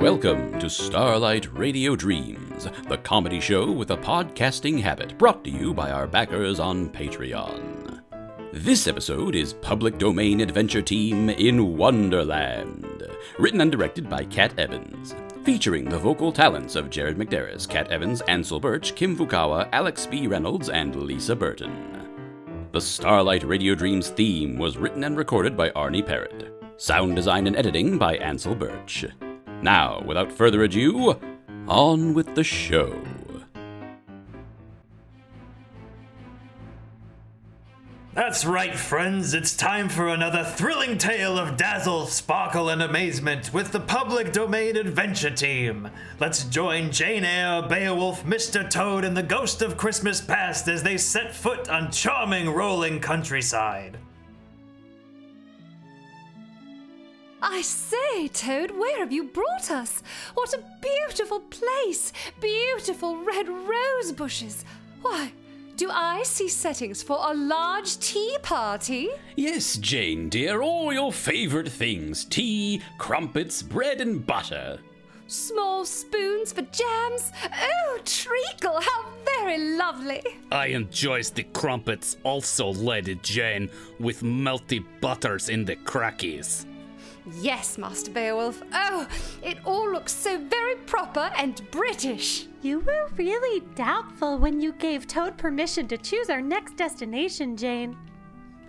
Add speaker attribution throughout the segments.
Speaker 1: Welcome to Starlight Radio Dreams, the comedy show with a podcasting habit brought to you by our backers on Patreon. This episode is Public Domain Adventure Team in Wonderland, written and directed by Kat Evans. Featuring the vocal talents of Jared McDerris, Kat Evans, Ansel Birch, Kim Fukawa, Alex B. Reynolds, and Lisa Burton. The Starlight Radio Dreams theme was written and recorded by Arnie Parrott. Sound design and editing by Ansel Birch. Now, without further ado, on with the show.
Speaker 2: That's right, friends. It's time for another thrilling tale of dazzle, sparkle, and amazement with the Public Domain Adventure Team. Let's join Jane Eyre, Beowulf, Mr. Toad, and the Ghost of Christmas Past as they set foot on charming, rolling countryside.
Speaker 3: I say, Toad, where have you brought us? What a beautiful place! Beautiful red rose bushes. Why, do I see settings for a large tea party?
Speaker 1: Yes, Jane, dear, all your favorite things tea, crumpets, bread, and butter.
Speaker 3: Small spoons for jams? Oh, treacle, how very lovely!
Speaker 4: I enjoys the crumpets also, Lady Jane, with melty butters in the crackies.
Speaker 3: Yes, Master Beowulf. Oh, it all looks so very proper and British.
Speaker 5: You were really doubtful when you gave Toad permission to choose our next destination, Jane.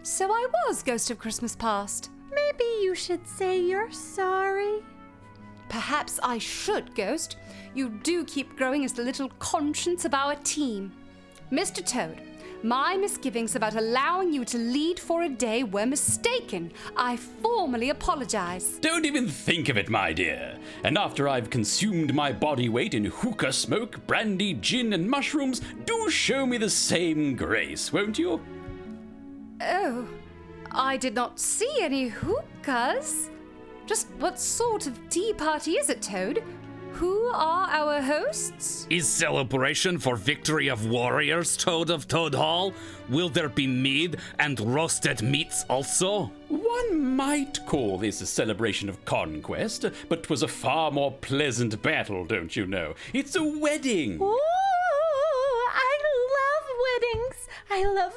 Speaker 3: So I was Ghost of Christmas Past.
Speaker 5: Maybe you should say you're sorry.
Speaker 3: Perhaps I should, Ghost. You do keep growing as the little conscience of our team. Mr. Toad, my misgivings about allowing you to lead for a day were mistaken. I formally apologize.
Speaker 1: Don't even think of it, my dear. And after I've consumed my body weight in hookah smoke, brandy, gin, and mushrooms, do show me the same grace, won't you?
Speaker 3: Oh, I did not see any hookahs. Just what sort of tea party is it, Toad? Who are our hosts?
Speaker 4: Is celebration for victory of warriors Toad of Toad Hall? Will there be mead and roasted meats also?
Speaker 1: One might call this a celebration of conquest, but 'twas a far more pleasant battle, don't you know? It's a wedding!
Speaker 5: Ooh, I love weddings. I love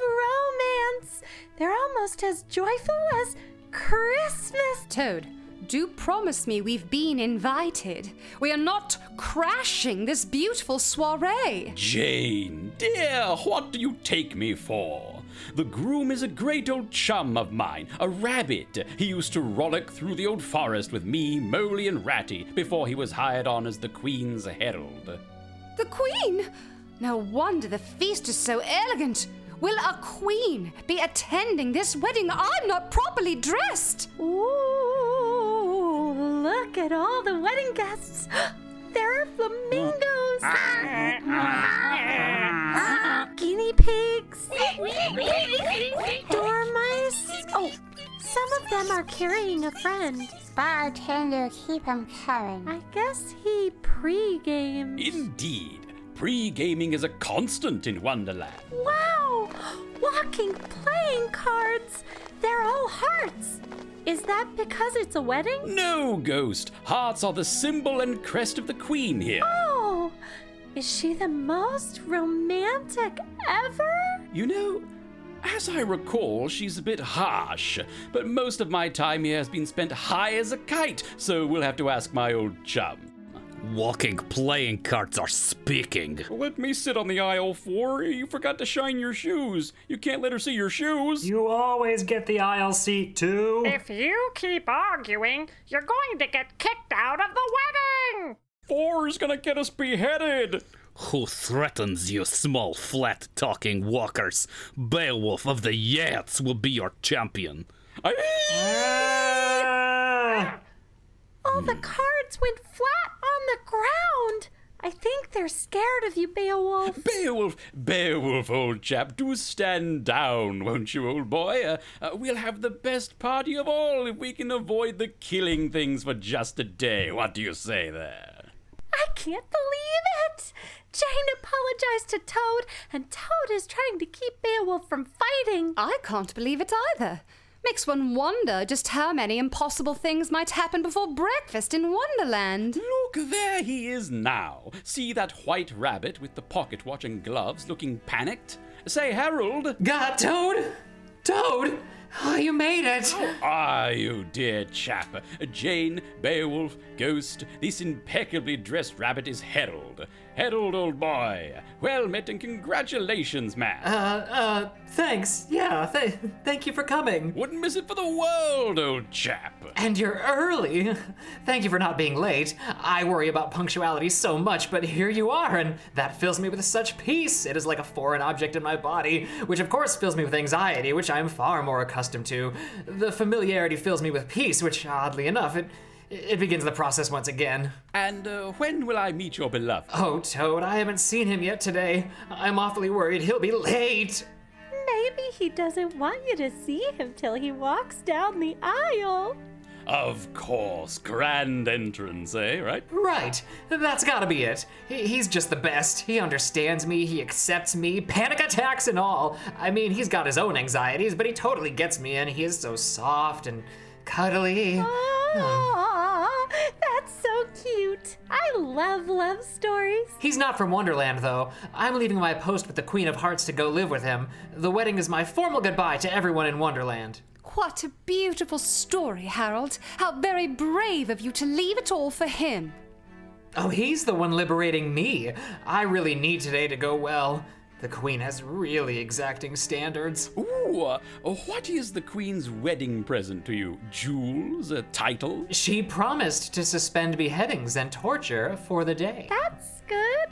Speaker 5: romance. They're almost as joyful as Christmas.
Speaker 3: Toad, do promise me we've been invited. We are not crashing this beautiful soiree.
Speaker 1: Jane, dear, what do you take me for? The groom is a great old chum of mine, a rabbit. He used to rollick through the old forest with me, Moley, and Ratty before he was hired on as the Queen's herald.
Speaker 3: The Queen! No wonder the feast is so elegant. Will a queen be attending this wedding? I'm not properly dressed.
Speaker 5: Ooh, look at all the wedding guests. There are flamingos. Guinea pigs. Dormice. Oh, some of them are carrying a friend.
Speaker 6: Bartender, keep him coming.
Speaker 5: I guess he pre-gamed.
Speaker 1: Indeed, pre gaming is a constant in Wonderland.
Speaker 5: Wow! Walking playing cards! They're all hearts! Is that because it's a wedding?
Speaker 1: No, Ghost, hearts are the symbol and crest of the Queen here.
Speaker 5: Oh! Is she the most romantic ever?
Speaker 1: You know, as I recall, she's a bit harsh, but most of my time here has been spent high as a kite, so we'll have to ask my old chum.
Speaker 4: Walking playing cards are speaking.
Speaker 1: Let me sit on the aisle four. You forgot to shine your shoes. You can't let her see your shoes.
Speaker 2: You always get the aisle seat, too.
Speaker 7: If you keep arguing, you're going to get kicked out of the wedding!
Speaker 1: Four is gonna get us beheaded.
Speaker 4: Who threatens you, small, flat talking walkers? Beowulf of the Yates will be your champion.
Speaker 1: I-
Speaker 2: Ah.
Speaker 5: All the cards went flat on the ground! I think they're scared of you, Beowulf.
Speaker 1: Beowulf, Beowulf, old chap, do stand down, won't you, old boy? Uh, uh, we'll have the best party of all if we can avoid the killing things for just a day. What do you say there?
Speaker 5: I can't believe it! Jane apologized to Toad, and Toad is trying to keep Beowulf from fighting.
Speaker 3: I can't believe it either. Makes one wonder just how many impossible things might happen before breakfast in Wonderland.
Speaker 1: Look, there he is now. See that white rabbit with the pocket watch and gloves looking panicked? Say, Harold,
Speaker 2: God, Toad! Toad! Oh, you made it!
Speaker 1: Ah, you dear chap. Jane, Beowulf, Ghost, this impeccably dressed rabbit is Harold. Harold, old boy. Well met and congratulations, man.
Speaker 2: Uh, uh, thanks. Yeah, th- thank you for coming.
Speaker 1: Wouldn't miss it for the world, old chap.
Speaker 2: And you're early. Thank you for not being late. I worry about punctuality so much, but here you are, and that fills me with such peace. It is like a foreign object in my body, which of course fills me with anxiety, which I am far more accustomed to. The familiarity fills me with peace, which oddly enough, it it begins the process once again.
Speaker 1: And uh, when will I meet your beloved?
Speaker 2: Oh, Toad, I haven't seen him yet today. I'm awfully worried he'll be late.
Speaker 5: Maybe he doesn't want you to see him till he walks down the aisle.
Speaker 1: Of course, grand entrance, eh? Right?
Speaker 2: Right. That's gotta be it. He- He's just the best. He understands me, he accepts me, panic attacks and all. I mean, he's got his own anxieties, but he totally gets me, and he is so soft and cuddly.
Speaker 5: Aww, that's so cute. I love love stories.
Speaker 2: He's not from Wonderland, though. I'm leaving my post with the Queen of Hearts to go live with him. The wedding is my formal goodbye to everyone in Wonderland.
Speaker 3: What a beautiful story, Harold. How very brave of you to leave it all for him.
Speaker 2: Oh, he's the one liberating me. I really need today to go well. The Queen has really exacting standards.
Speaker 1: Ooh, uh, what is the Queen's wedding present to you? Jewels? A title?
Speaker 2: She promised to suspend beheadings and torture for the day.
Speaker 5: That's good.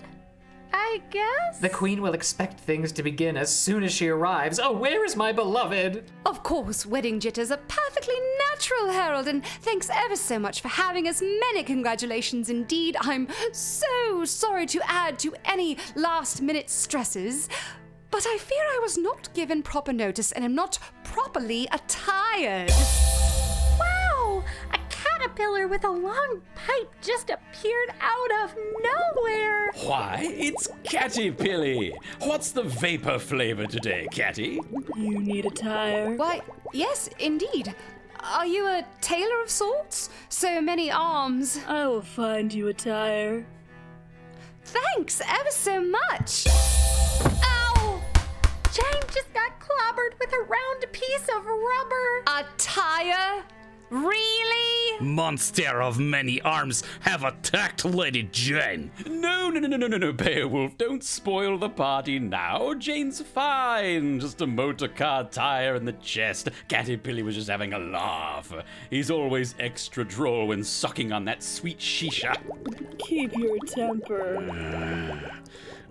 Speaker 5: I guess.
Speaker 2: The Queen will expect things to begin as soon as she arrives. Oh, where is my beloved?
Speaker 3: Of course, wedding jitters are perfectly natural, Harold, and thanks ever so much for having us. Many congratulations indeed. I'm so sorry to add to any last minute stresses, but I fear I was not given proper notice and am not properly attired.
Speaker 5: Wow! A caterpillar with a long pipe just appeared out of nowhere.
Speaker 1: Why, it's Catty Pilly. What's the vapor flavor today, Catty?
Speaker 8: You need a tire.
Speaker 3: Why, yes, indeed. Are you a tailor of sorts? So many arms.
Speaker 8: I will find you a tire.
Speaker 3: Thanks ever so much. Ow!
Speaker 5: Jane just got clobbered with a round piece of rubber.
Speaker 3: A tire? Really?
Speaker 4: Monster of many arms have attacked Lady Jane.
Speaker 1: No, no, no, no, no, no, no, Beowulf, don't spoil the party now. Jane's fine. Just a motor car tire in the chest. Catty Pilly was just having a laugh. He's always extra droll when sucking on that sweet shisha.
Speaker 8: Keep your temper.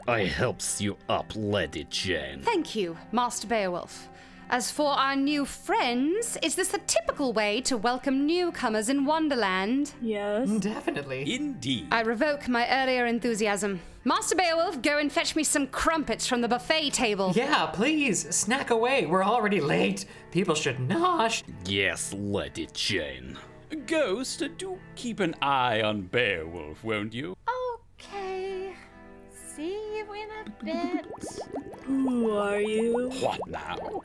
Speaker 4: I helps you up, Lady Jane.
Speaker 3: Thank you, Master Beowulf. As for our new friends, is this the typical way to welcome newcomers in Wonderland?
Speaker 8: Yes.
Speaker 2: Definitely.
Speaker 1: Indeed.
Speaker 3: I revoke my earlier enthusiasm. Master Beowulf, go and fetch me some crumpets from the buffet table.
Speaker 2: Yeah, please, snack away. We're already late. People should nosh.
Speaker 4: Yes, Lady Jane.
Speaker 1: Ghost, do keep an eye on Beowulf, won't you?
Speaker 5: Okay. See you in a bit.
Speaker 8: Who are you?
Speaker 1: What now?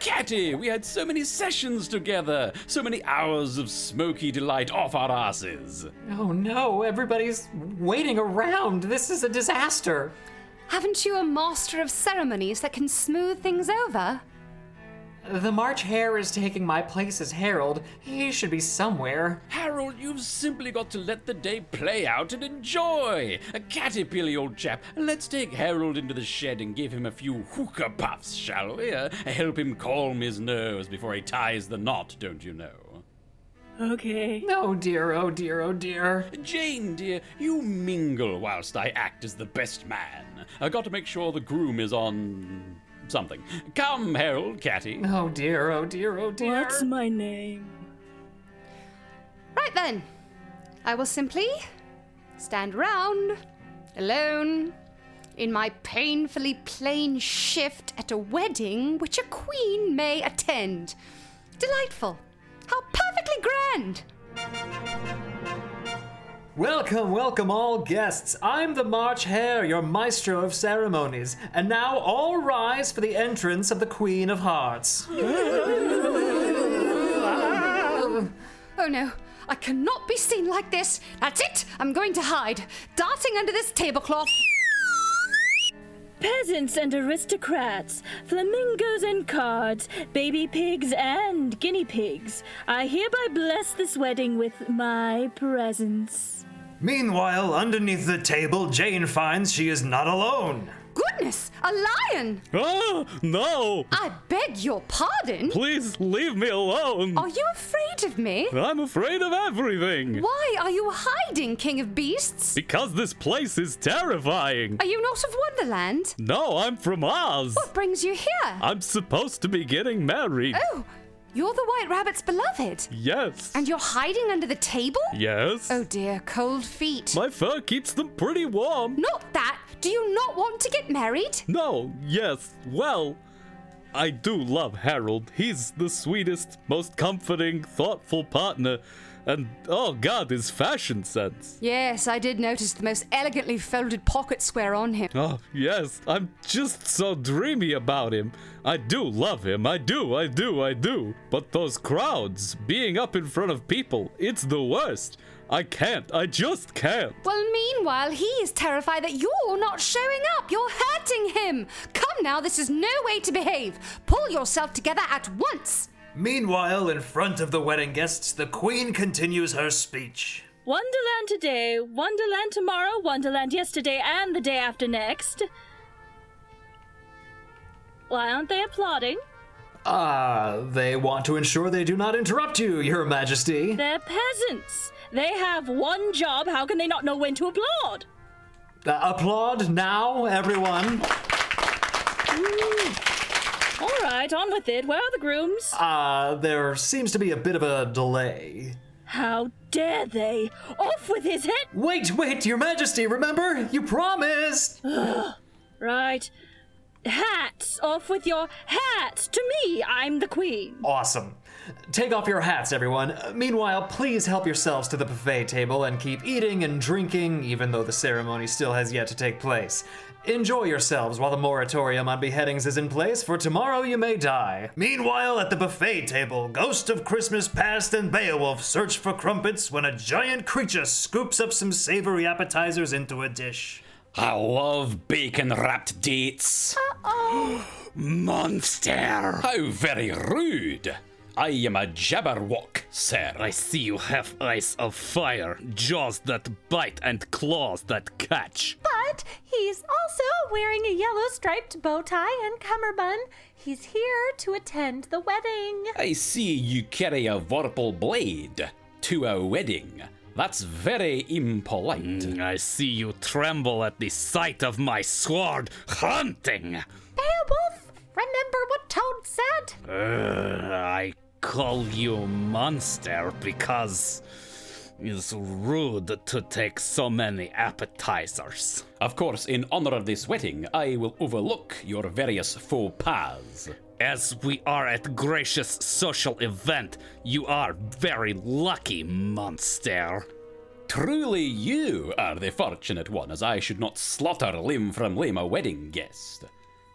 Speaker 1: Catty, we had so many sessions together, so many hours of smoky delight off our asses.
Speaker 2: Oh no, everybody's waiting around. This is a disaster.
Speaker 3: Haven't you a master of ceremonies that can smooth things over?
Speaker 2: The March Hare is taking my place as Harold. He should be somewhere.
Speaker 1: Harold, you've simply got to let the day play out and enjoy. A caterpillar, old chap. Let's take Harold into the shed and give him a few hookah puffs, shall we? Uh, help him calm his nerves before he ties the knot, don't you know?
Speaker 8: Okay.
Speaker 2: Oh dear, oh dear, oh dear.
Speaker 1: Jane, dear, you mingle whilst I act as the best man. I got to make sure the groom is on something. Come, Harold, Catty.
Speaker 2: Oh dear, oh dear, oh dear.
Speaker 8: What's my name?
Speaker 3: Right then, I will simply stand round, alone, in my painfully plain shift at a wedding which a queen may attend. Delightful. How perfectly grand!
Speaker 2: Welcome, welcome, all guests. I'm the March Hare, your maestro of ceremonies. And now all rise for the entrance of the Queen of Hearts.
Speaker 3: Oh no, I cannot be seen like this. That's it, I'm going to hide, darting under this tablecloth.
Speaker 9: Peasants and aristocrats, flamingos and cards, baby pigs and guinea pigs, I hereby bless this wedding with my presence.
Speaker 2: Meanwhile, underneath the table, Jane finds she is not alone.
Speaker 3: Goodness, a lion!
Speaker 4: Ah, no!
Speaker 3: I beg your pardon.
Speaker 4: Please leave me alone!
Speaker 3: Are you afraid of me?
Speaker 4: I'm afraid of everything!
Speaker 3: Why are you hiding, King of Beasts?
Speaker 4: Because this place is terrifying!
Speaker 3: Are you not of Wonderland?
Speaker 4: No, I'm from Oz!
Speaker 3: What brings you here?
Speaker 4: I'm supposed to be getting married!
Speaker 3: Oh, you're the White Rabbit's beloved.
Speaker 4: Yes!
Speaker 3: And you're hiding under the table?
Speaker 4: Yes?
Speaker 3: Oh dear, cold feet.
Speaker 4: My fur keeps them pretty warm!
Speaker 3: Not that! Do you not want to get married?
Speaker 4: No, yes, well, I do love Harold. He's the sweetest, most comforting, thoughtful partner, and oh god, his fashion sense.
Speaker 3: Yes, I did notice the most elegantly folded pocket square on him.
Speaker 4: Oh, yes, I'm just so dreamy about him. I do love him, I do, I do, I do. But those crowds, being up in front of people, it's the worst. I can't, I just can't.
Speaker 3: Well, meanwhile, he is terrified that you're not showing up. You're hurting him. Come now, this is no way to behave. Pull yourself together at once.
Speaker 2: Meanwhile, in front of the wedding guests, the Queen continues her speech.
Speaker 9: Wonderland today, Wonderland tomorrow, Wonderland yesterday, and the day after next. Why aren't they applauding?
Speaker 2: Ah, they want to ensure they do not interrupt you, Your Majesty.
Speaker 9: They're peasants. They have one job. How can they not know when to applaud?
Speaker 2: Uh, applaud now, everyone.
Speaker 9: All right, on with it. Where are the grooms?
Speaker 2: Uh, there seems to be a bit of a delay.
Speaker 9: How dare they? Off with his head!
Speaker 2: Wait, wait, Your Majesty, remember? You promised!
Speaker 9: Right. Hats! Off with your hats! To me, I'm the queen.
Speaker 2: Awesome. Take off your hats, everyone. Uh, Meanwhile, please help yourselves to the buffet table and keep eating and drinking, even though the ceremony still has yet to take place. Enjoy yourselves while the moratorium on beheadings is in place, for tomorrow you may die. Meanwhile, at the buffet table, Ghost of Christmas Past and Beowulf search for crumpets when a giant creature scoops up some savory appetizers into a dish.
Speaker 10: I love bacon wrapped dates. Uh oh. Monster! How very rude!
Speaker 1: Oh, I am a jabberwock, sir.
Speaker 4: I see you have eyes of fire, jaws that bite, and claws that catch.
Speaker 5: But he's also wearing a yellow striped bow tie and cummerbund. He's here to attend the wedding.
Speaker 1: I see you carry a vorpal blade to a wedding. That's very impolite.
Speaker 4: I see you tremble at the sight of my sword hunting.
Speaker 5: Beowulf, remember what Toad said?
Speaker 4: Uh, I call you monster because it's rude to take so many appetizers.
Speaker 1: Of course, in honor of this wedding, I will overlook your various faux pas.
Speaker 4: As we are at gracious social event, you are very lucky, monster.
Speaker 1: Truly, you are the fortunate one, as I should not slaughter limb from limb a wedding guest.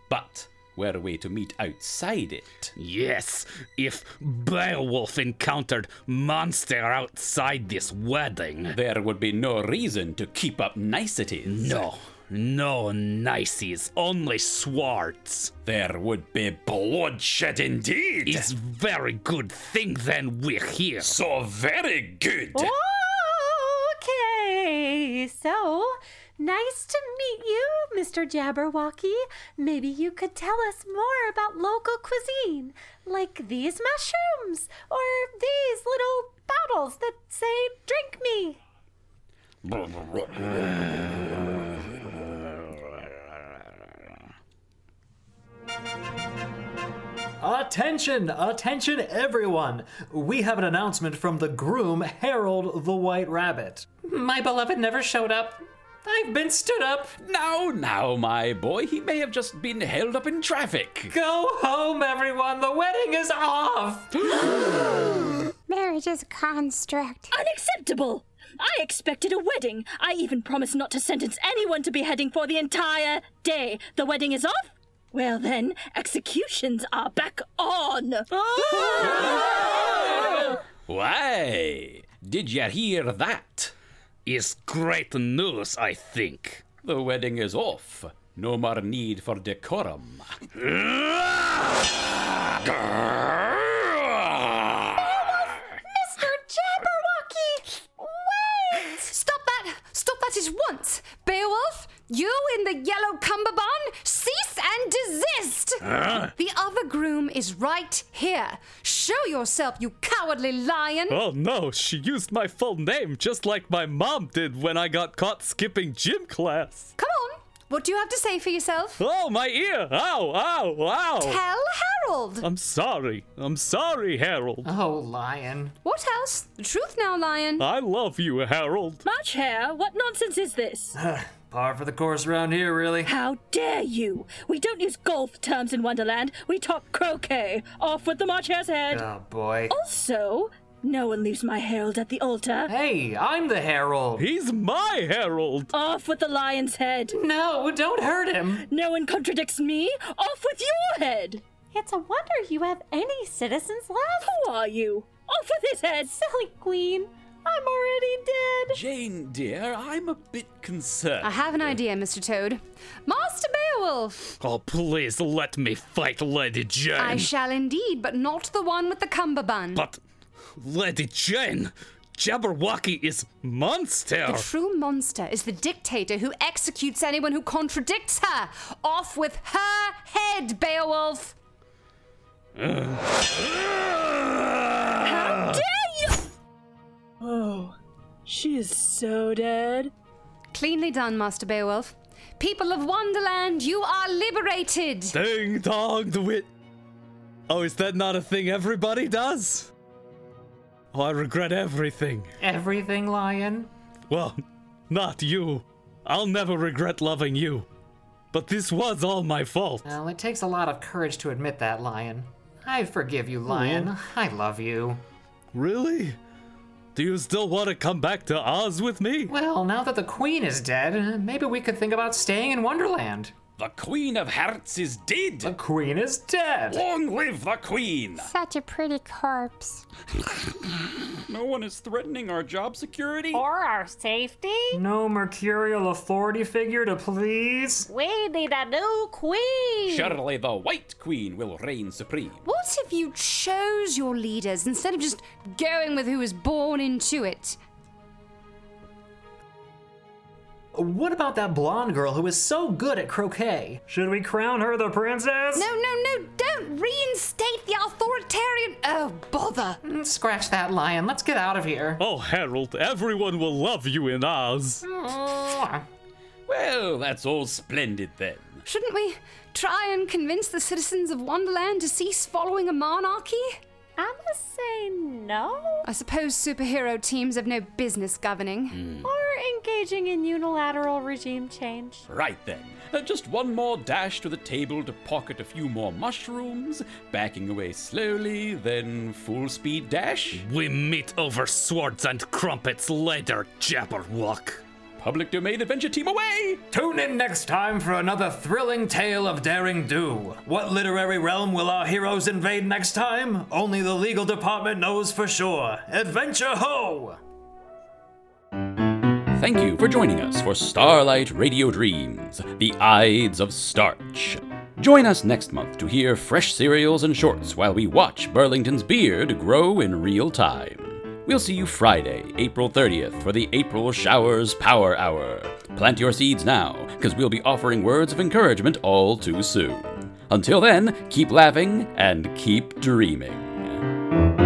Speaker 1: But were we to meet outside it,
Speaker 4: Yes, if Beowulf encountered monster outside this wedding,
Speaker 1: there would be no reason to keep up niceties.
Speaker 4: no, no nices, only swords.
Speaker 1: There would be bloodshed indeed.
Speaker 4: It's very good thing then we're here.
Speaker 1: so very good.
Speaker 5: Okay, so nice to meet you, Mr. Jabberwocky. Maybe you could tell us more about local cuisine, like these mushrooms or these little bottles that say, Drink me.
Speaker 2: Attention, attention, everyone! We have an announcement from the groom, Harold the White Rabbit. My beloved never showed up. I've been stood up.
Speaker 1: Now, now, my boy, he may have just been held up in traffic.
Speaker 2: Go home, everyone. The wedding is off.
Speaker 6: Marriage is a construct.
Speaker 9: Unacceptable! I expected a wedding. I even promised not to sentence anyone to beheading for the entire day. The wedding is off? Well, then, executions are back on.
Speaker 10: Why, did you hear that? It's great news, I think. The wedding is off. No more need for decorum.
Speaker 3: Mr. Jabberwocky! Wait! Stop that! Stop that at once! Beowulf, you in the yellow cummerbund, cease and desist!
Speaker 4: Huh?
Speaker 3: The other groom is right here. Show yourself, you cowardly lion!
Speaker 4: Oh no, she used my full name just like my mom did when I got caught skipping gym class.
Speaker 3: Come on! What do you have to say for yourself?
Speaker 4: Oh, my ear! Ow, ow, ow!
Speaker 3: Tell Harold!
Speaker 4: I'm sorry. I'm sorry, Harold.
Speaker 2: Oh, lion.
Speaker 3: What else? The truth now, lion.
Speaker 4: I love you, Harold.
Speaker 9: Much hair? What nonsense is this?
Speaker 2: Par for the course around here, really.
Speaker 9: How dare you? We don't use golf terms in Wonderland. We talk croquet. Off with the March Hare's head.
Speaker 2: Oh, boy.
Speaker 9: Also, no one leaves my herald at the altar.
Speaker 2: Hey, I'm the herald.
Speaker 4: He's my herald.
Speaker 9: Off with the lion's head.
Speaker 2: No, don't hurt him.
Speaker 9: No one contradicts me. Off with your head.
Speaker 5: It's a wonder you have any citizens left.
Speaker 9: Who are you? Off with his head.
Speaker 5: Silly queen, I'm already dead.
Speaker 10: Jane, dear, I'm a bit concerned.
Speaker 3: I have an idea, Mr. Toad. Master Beowulf!
Speaker 4: Oh, please let me fight Lady Jane.
Speaker 3: I shall indeed, but not the one with the cummerbund.
Speaker 4: But Lady Jane, Jabberwocky is monster.
Speaker 3: The true monster is the dictator who executes anyone who contradicts her. Off with her head, Beowulf!
Speaker 9: How dare you?
Speaker 8: Oh, she is so dead.
Speaker 3: Cleanly done, Master Beowulf. People of Wonderland, you are liberated!
Speaker 4: Ding dong the wit. Oh, is that not a thing everybody does? Oh, I regret everything.
Speaker 2: Everything, lion.
Speaker 4: Well, not you. I'll never regret loving you. But this was all my fault.
Speaker 2: Well, it takes a lot of courage to admit that, lion. I forgive you, lion. I love you.
Speaker 4: Really? Do you still want to come back to Oz with me?
Speaker 2: Well, now that the queen is dead, maybe we could think about staying in Wonderland.
Speaker 10: The Queen of Hearts is
Speaker 2: The
Speaker 10: dead.
Speaker 2: queen is dead.
Speaker 10: Long live the Queen.
Speaker 6: Such a pretty corpse.
Speaker 10: No one is threatening our job security.
Speaker 7: Or our safety?
Speaker 2: No mercurial authority figure to please.
Speaker 7: We need a new queen!
Speaker 10: Surely the White Queen will reign supreme.
Speaker 3: What if you chose your leaders instead of just going with who was born into it?
Speaker 2: What about that blonde girl who is so good at croquet? Should we crown her the princess?
Speaker 3: No, no, no, don't reinstate the authoritarian. Oh, bother.
Speaker 2: Mm, Scratch that lion. Let's get out of here.
Speaker 4: Oh, Harold, everyone will love you in Oz.
Speaker 10: Well, that's all splendid then.
Speaker 3: Shouldn't we try and convince the citizens of Wonderland to cease following a monarchy?
Speaker 5: I'ma say no.
Speaker 3: I suppose superhero teams have no business governing.
Speaker 5: Or engaging in unilateral regime change.
Speaker 10: Right then, uh, just one more dash to the table to pocket a few more mushrooms, backing away slowly, then full speed dash.
Speaker 4: We meet over swords and crumpets later, Jabberwock.
Speaker 10: Public domain adventure team away!
Speaker 2: Tune in next time for another thrilling tale of daring do. What literary realm will our heroes invade next time? Only the legal department knows for sure. Adventure ho!
Speaker 1: Thank you for joining us for Starlight Radio Dreams, The Ides of Starch. Join us next month to hear fresh serials and shorts while we watch Burlington's beard grow in real time. We'll see you Friday, April 30th for the April Showers Power Hour. Plant your seeds now, because we'll be offering words of encouragement all too soon. Until then, keep laughing and keep dreaming.